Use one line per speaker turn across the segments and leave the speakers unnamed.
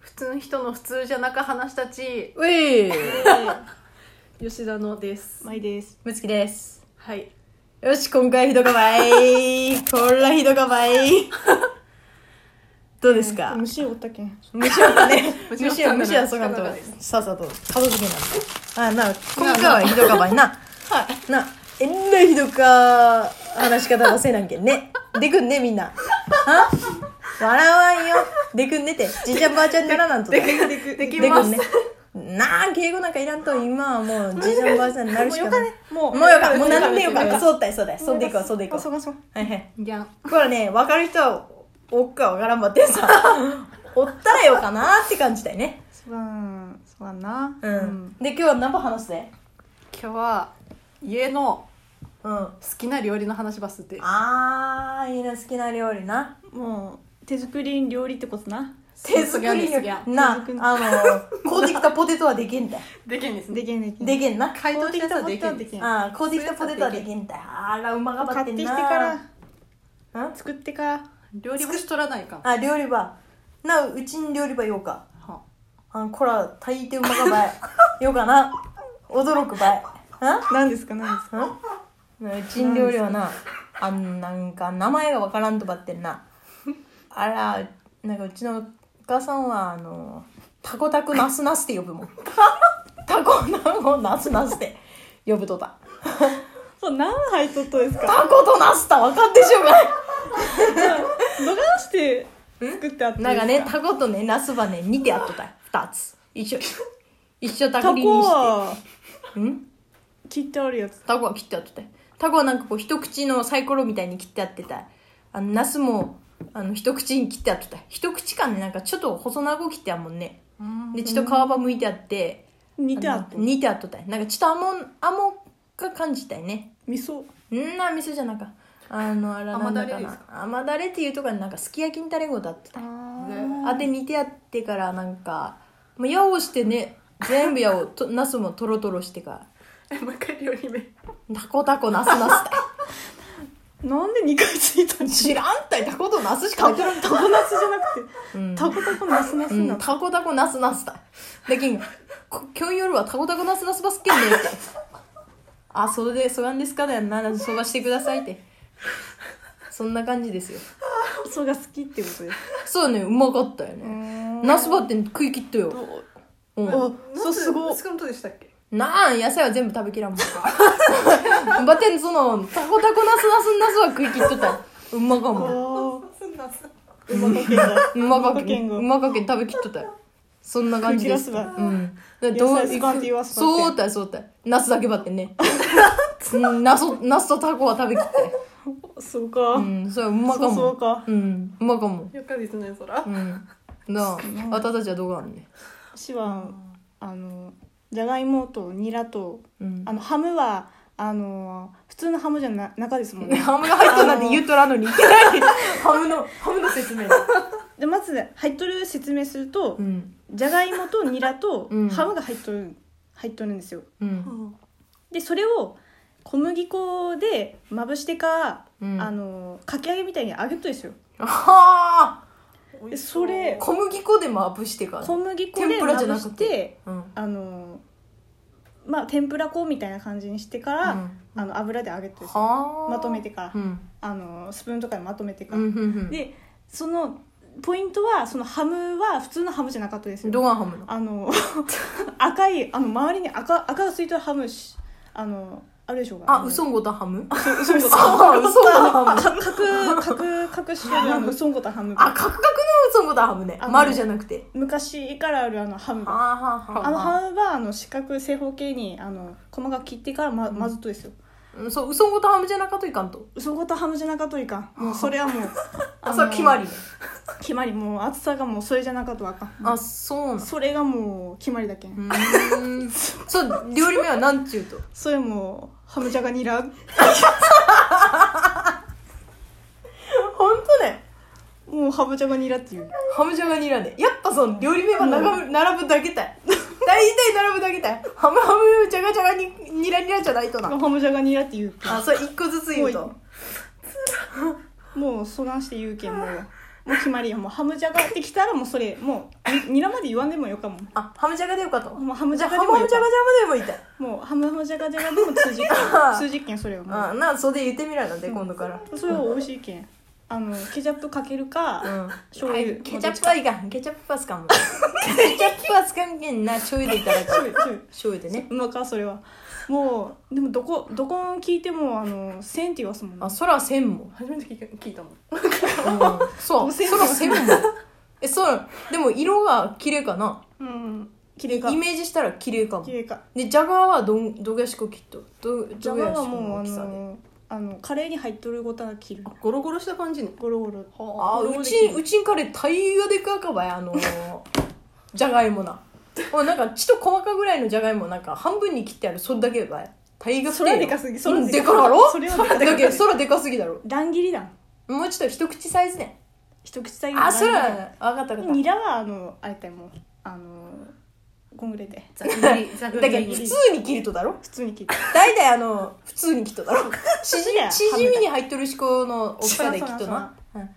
普通の人の普通じゃなか話たち
うい吉田のです
まいです
むつきです。
はい
よし今回ひどかば いこらひどかばいどうですか
虫おったけん。
虫はね
虫は
虫は虫はそがんと
虫はそ
さっさと片付けなんだあな今回はひどかばいなはいなえんなひどか話し方のせなんけんねでくんねみんなは笑わんよでくんねてじいちゃんばあちゃんにならなんとで
できでき
で
ま
く
す
んねなあ敬語なんかいらんと今はもうじいちゃんばあちゃんになるしかない
も
もうよかもう何でよかそうだよそうだよそうでいこうそうでいこう
そうかそうか。
はいはい
ギャン
これね分かる人はおっか分からんばって さおったらよかなって感じだよね
そうかそうかな。
うん、で今日は何本話すで
今日は家の
うんあ
好きな料理の話ばすって
あーいいな好きな料理な
もう手作り料理ってことな。
手作り料
す
理
ぎゃんです
な
手作り
あの買うてきたポテトはできんだよ
できんですね
できんできん。
できんな
解凍したやつは
買
で
うてき
き
た
ん
できん
ああ買うてきたポテトはできんだよあらうまがば
買
っ
ってて
ん
き
な
てから
うん
作ってから。
料理しとらないかんは
あ料理ばなうちに料理ばようか
あ
あんこら炊いてうまが ばいようかな驚くばいうん
何ですか何ですか。
うちん料理はなあんなんか名前がわからんとばってんなあらなんかうちのお母さんはあのタコタコナスナスって呼ぶ もんタコタコナスナスって呼ぶとた
そう何入っとっとですか。
タコとナスた分かってしょうがない
どがして作ってあった
なん
です
かねタコとねナスばね煮てあっとったよ2つ一緒一緒タ
タ
コリ
コ
にして
は
うん
切ってあるやつ。
タコは切ってあっとったよタコはなんかこう一口のサイコロみたいに切ってあってたあのナスもあの一口に切ってあっとった一口間ねなんかちょっと細長く切ってあんもんね
うん
でちょっと皮ばむいてあって
煮てあった
の。煮てあっとったよなんかちょっと甘ん甘が感じたよね
味噌。
んな味噌じゃなかあのあら
甘
なん
だ
だ
れ
か
です
な甘だれっていうとかになんかすき焼きにタレごとあってた
ー
あで煮てやってからなんかもうやをしてね全部やをとナスもトロトロしてか
えもう一回料理名
らタコタコナスナスだよ
なんで二回ついたん
知らんたいタコとナスしか分からん
タコナスじゃなく
う
て
ん
タコタコナスナス
う、
なん
タコタコナスナスだできんこ今日夜はタコタコナスナスバスケンねってあそれでそがんですかねならそばしてくださいってそんな感じですよ
そが好きってことです。
そうねうまかったよねナスばって食い切ったよ、うん、
あ、そうすごい。
少なとでしたっけ
なん野菜は全部食べきらんもんばってんそのタコタコナスナスナスは食い切っとったようまかも
あ
すんなす
ーうまかけんだ。
うまかけ
うんまかけんが
うまかけん食べきっとったよそんな感じです
食い切らす
う
ば
んで
野菜
どう
スパーティーはスパーティー
そうだよそうだよナスだけばってねうんナスナスとタコは食べきって
そうか。
うんそれはうまか
そう
も
そうか。
うんうまかも
よかですねそら
うんなあ私たちはどうがあるね
私はあのじゃがいもとニラと
うん
あのハムはあの普通のハムじゃな中ですもんね
ハムが入っとるなんて言うとらんのにいけないハムのハムの説明だ
でまずね入っとる説明すると
うん
じゃがいもとニラ と
うん
ハムが入っとる入っとるんですよ
うん
でそれを小麦粉でまぶしてか、
うん
あのかき揚げみたいに揚げとですよ
はあ
でそれ
小麦粉でまぶしてから
小麦粉
天
で
ぷら
ま
じゃ
ぶ
なく
してて
うん
あのまあ天ぷら粉みたいな感じにしてから、
うん
あの油で揚げとですよ
はあ
まとめてから
うん
あのスプーンとかでまとめてか
う
ら、
んうん
でそのポイントはそのハムは普通のハムじゃなかったです
うん
よ
どがハムの
あの 赤いあの周りに赤赤がついてるハムしあのあるでしょうか
あ、ウソンゴタハム
嘘嘘嘘
あ、ウソンゴタハム。
か角角角種類の あのウソンゴタハム
あ、カクカクのウソンゴタハムね
あ。の
丸じゃなくて。
昔からあるあのハム
は
が
あは
あ
あ
の
はあ。
ハムはあの四角正方形にあの細かく切ってからままずっとですよ
うんそう、ウソンゴタハムじゃなかといかんと。
ウソンゴタハムじゃなかといかんもうそれはもう
あ、
の
そう、決まりね。
決まりもう厚さがもうそれじゃなかとあかん
あ、そうなん。
それがもう決まりだけん、
うーん。そう、料理名はなんちゅうと。
それもハムジャガニラ
ほんとね。
もうハムジャガニラっていう
ハムジャガニラね。やっぱその料理名は並ぶ、並ぶだけたい。 大体並ぶだけたい。ハムハム、ジャガジャガに、ニラニラじゃないとな。
ハムジャガニラっていう
あ、それ一個ずつ言う
も
と。
もうそがんして言うけんもうもう決まりよもうハムジャガってきたらもうそれもうにニラまで言わんでもよかも
あハムジャガでよかと
もうハムジ
じゃ
ャ
あ
ガ
ハ
で
ム
も
ジ
よ
ャガジャ
か
ムでもいいたい
もうハムハムジャガジャガでも通じっけん通じっけんそれはも
うんなそれ言ってみらなんで今度から
うそれは美味しいけんあのケチャップかけるか、
うん
醤油
ケチャップはいかんケチャップはつかんもんケチャップはつかんけんな醤油でいただ
醤
く
油醤油
醤油でね
うまかそれはもうでもどこどこ聞いてもあの1000って言わすもんね
あそらせんもん
初めて聞いた聞いたもん
うんそ
もう
う
せん
そらせんもんえそうでも色が綺麗かな
うん綺麗か
イメージしたら綺麗かも
綺麗か
でジャガーはどんどげしこ切っとど
ジ
ど
ャ
げ
ガ
し
は
この
もうあ
大きさで
のあのカレーに入っとるごたら切る
ゴロゴロした感じに
ゴロゴロ
あ
ゴロゴ
う
ロで
ち
きる
うちんカレー大がでかかばいあのー じゃがいもなおなんかちと細かぐらいのじゃがいもなんか半分に切ってあるそれだけばい大が
それはでかすぎそれ
うん
はで
で
か
かだろ
そ
そ
れ
れ
は
はでか
でかすぎ
だけそれでかすぎだろ
乱切りだ
もうちょっと一口サイズね
一口サイズの
あそれ
乱
は
切り
分かった分
だ
かっ
ニラはあのあれだよもうあのこんぐらいで
ざく切りざ
た
く
だ
切
け
り
ど普
に
通に切るとだろ
普通に切って
大体あの普通に切っとだ ろちじ
そりゃ
ちじみに入っとるしこの大きさで切っ
そ
と
うそう
なうんで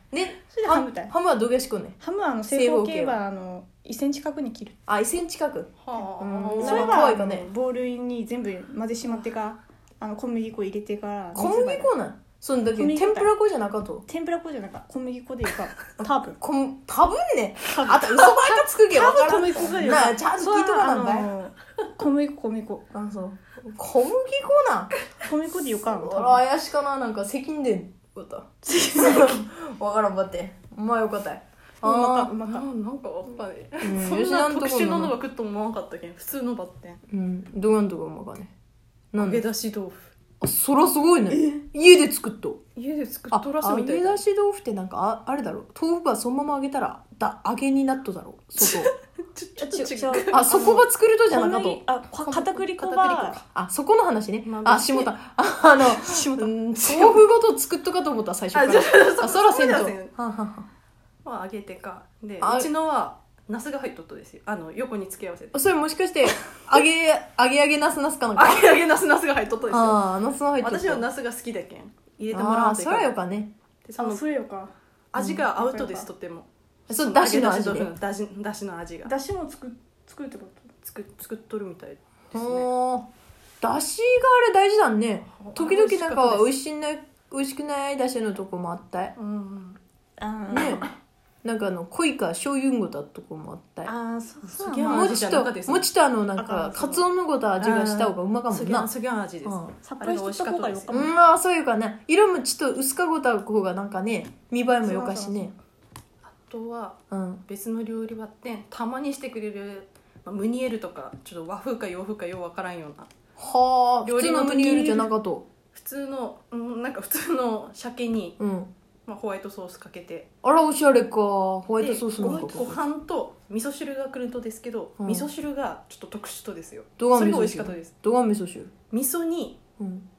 それでハムだよ
ハムはどげしこね
ハムはあの正方形はあの1センチ角に切る
あ1センチ角
は
うん
あ
それ
なんか可
は
愛いかね
ボウルに全部混ぜしまってからあの小麦粉入れてから
小麦粉なんそんだけ
小麦
天
粉だよ
ぷら粉じゃなかと
天ぷら粉じゃなく小麦粉でいいか多分
こん多分ね
多分
あと嘘ばっかつくけど
多
分か
分小
らん
麦粉がいい
なあちゃんと聞いとかなんかい
小麦粉小麦粉
あそう小麦粉なん
小麦粉でよかん
あ
多
ら
分
怪しかななんか責任でんかったわからんばってまあよかったよ
うまか
あ
うま
な
か
んかわかんね
ーうん
そん
吉田
なん特
とこ
殊なの
の
が食っとも思わんかったけん普通のばってん
うんどうなんとこうまかねな
揚
ん
げ
で
出し豆腐
あそらすごいね家で作っと
家で作
あ
っとらす
揚
みたい
げ
な
出し豆腐ってなんかああれだろ豆腐はそのまま揚げたらだ揚げになっとだろ
ち
外
ょ
あ
っと違う
違う違う
あそこば作るとじゃなか
小
と
麦あか片栗粉
片
は
あそこの話ね
まあ
あ下田ああの
下田
うん豆腐ごと作っとかと思った最初
あ
か
じゃあ
らあそらせんと
そうだ
は
ね
あはあは
まあ揚げてかで
あ
うちのはナスが入っとっとですよあの横に付け合わせて
あそれもしかして揚げ揚げ揚げなすなすかなんか
揚げ揚げナスナスが入っとっとですよ
ああなすは入って
私はナスが好きだけん入れてもら
あ
う
ー
とい
そらよ
か
かね
でそ
あ
の
それよか
味がアウトですとっても
そうだしの味
揚げ
で
出し豆腐のだしだしの味が
だしも作作るってこ
作っ作っとるみたいですね
おーだしがあれ大事だね
あ
時々なんか
美
美味しいな美味しくないだしのとこもあったい
うんうん
とあ
ねなんかあの濃いか醤油んごたとこもあったい
あそうそ
そうぎゃ
ま
も
あ
ち
味じゃ
と
なかったですね
もちとあのなん
あ
か
そう
かつおのごた味がした方がうまかも
そ
ん
ぎゃ
な
そぎゃ味です
うん
さっぱりしとった方がよか
あ
う
も
ん、あーそういうかね色もちょっと薄かごた方がなんかね見栄えもよかしね
あとは
うん
別の料理はってたまにしてくれる、まあ、ムニエルとかちょっと和風か洋風かようわからんような
はあ
料
普
理
通
の
の
時
ム
に
ニエルじゃなかと
普通の、うん、なんか普通の鮭に、
うん
まあ、ホワイトソースかけて
あらおしゃれかホワイト
で
ソース
ご
なんか
ご飯と味噌汁が来るとですけど、
うん
味噌汁がちょっと特殊とですよ
どが
そ
ん
れ
味
が美
噌
味しかった
汁
です
どがん味噌汁
味噌に
うん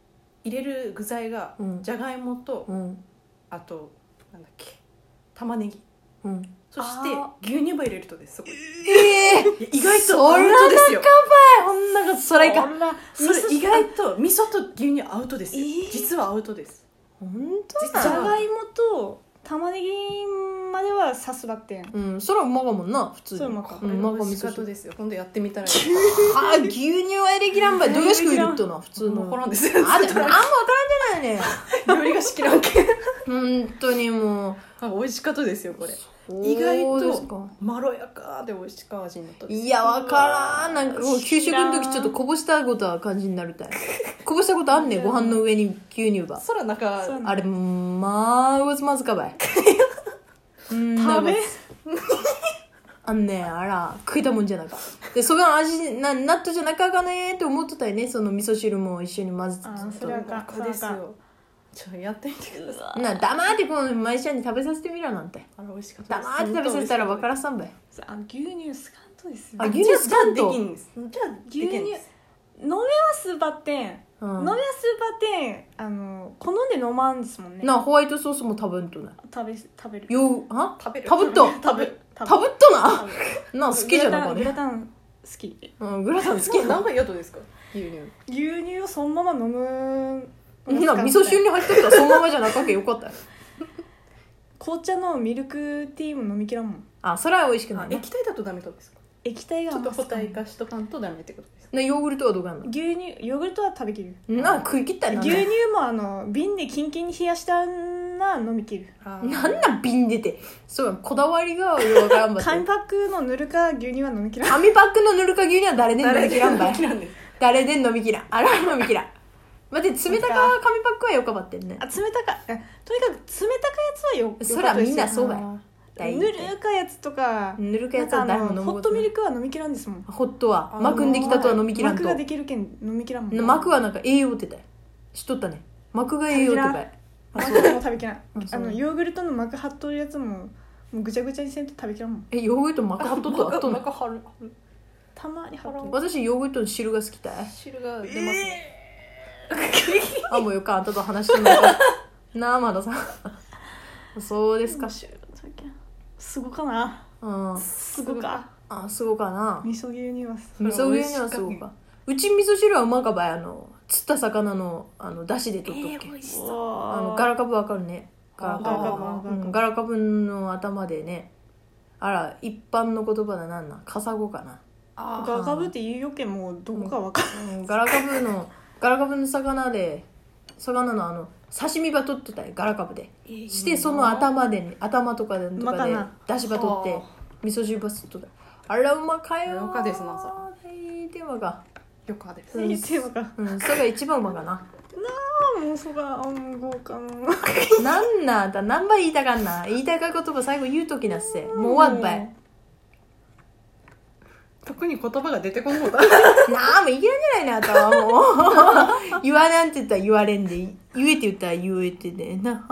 入れる具材が
うん
じゃがいもと
うん
あとなんだっけ玉ねぎ
うん
そして
あ
牛乳も入れるとですそこ
ええー、
いや意外と
そらな
アウトですよ
ほんながそれか
それ意外と味噌と牛乳アウトですよ、
えー
実はアウトです
ほんと
実
じ
は
ゃがいもと玉ねぎまではさすばってん
うんそらうまかもんな普通に
そううまか
んうまか味噌
仕方
汁
ですよ今度やってみたら
はあ牛乳は入れきらんばいどれしか入れっとな普通の
残ら
あ
ん ですよ
でもあんまわからんじゃないね
料理がしきらんけん
本当にもう
あ美味しかったですよこれ
そう
意外と
ですか
まろやかで美味しか味になったです
いやわからんなんかこう給
知
食
らん
の時ちょっとこぼしたことは感じになるたい こぼしたことあんねご飯の上に牛乳ば
そらなんか
そう
あれまあうわつまずかばいうん
食べ
なんかあんねあら食いたもんじゃなかでそが味な納豆じゃなかがねって思っとったよねその味噌汁も一緒に混ぜ
あー
て
それはか
真っ赤です
そう
よちょっとやってみてください
な黙ってこの毎週に食べさせてみろなんて
あれ美味しかったです
黙って食べさせたら分かららさんばい
あ牛乳すかんとです
あ
ね
牛乳スカン
で
と
きんですじゃあ
牛乳
できん
飲め
で
は
す
すばってん
う
飲
ん
めはすばってんあの好んで飲まんですもんね
なホワイトソースも食べんとな
食べ食べる
ようあ
食べる
食べっと
食べ
食べっとなな好きじゃな
か
か
グラ
ね
タン好き
うんグラタン好きやな
何が嫌とですか牛乳
牛乳をそのまま飲む
な味噌汁に入っとったらそのままじゃなかけよかったよ
紅茶のミルクティーも飲みきらんもん
あそれは美味しくな
あ
いね
液体だとダメってことですか
液体が
ちょっと補体
か
化しとかんとダメってことですか
なヨーグルトはどうかなの
牛乳ヨーグルトは食べきる
な食い切ったりな
牛乳もあの瓶でキンキンに冷やしたな飲みきる
あー
なんなん瓶出てそうやこだわりがよくわからんばって
紙パックのぬるか牛乳は飲みきらん
紙パックのぬるか牛乳は誰で飲みきらんば
誰でも
い
嫌なんです
誰で飲みきらんあら飲みきらん待って冷たか紙パックはよかばってんね
あ冷たかあとにかく冷たかやつはよ
そら
よかったです
みんなそうだよ
あ
大体
ーぬるかやつとか
ぬるか
な
や
ん
つ
かあ
は誰も飲
の
む
ホットミルクは飲みきらんですもん
ホットは
あー
巻くんできたとは飲みきらん
膜
と
ができるけん飲みきらんもん
膜はなんか栄養ってたよ知っとったね膜が栄養ってばい
膜も食べきらん
あそ
あ
う
のヨーグルトの膜張っとるやつももうぐちゃぐちゃにせんと食べきらんもん
えヨーグルト膜張っとった
あ
あっとん
なん
の
か貼る貼る
たまに張っとる
私ヨーグルトの汁が好きたい
汁が出ますね、
え
あもうよかあんたと話してもらうなあまださんそうです
ー
か
難しいすごかな
うん
すごか
あそうかな
味噌牛乳はす
味噌牛乳はすごいかうち味噌汁はうまかばいあの釣った魚のあの出汁で取っとっけ、
味し
あの
の
ガラカブわかるねガラカ
あガラカブ
ブうんガラカブの頭でねあら一般の言葉だなんなんカサゴかな、
あー
ガガブって言うよけんもうどこかわかんない
うん、ガラカブのガラカブの魚で魚のあの刺身ば取っとったよガラカブでしてその頭で、ね、頭とかでと
ま
か
か
で
な
出汁ば取って
は
味噌汁ばすっとったあらうまかよー
うまかですなそ
はいでまか
よかです
う
言ってんのかな
うんそれが一番うまかな
あもうそが暗号かな
なんなんだ何倍言いたかんな言いたかい言葉最後言うときなっせもう終わっばい
特に言葉が出てこんのだ
なあもういけるんじゃないなと はもう言わなんて言ったら言われんで言えって言ったら言えてねな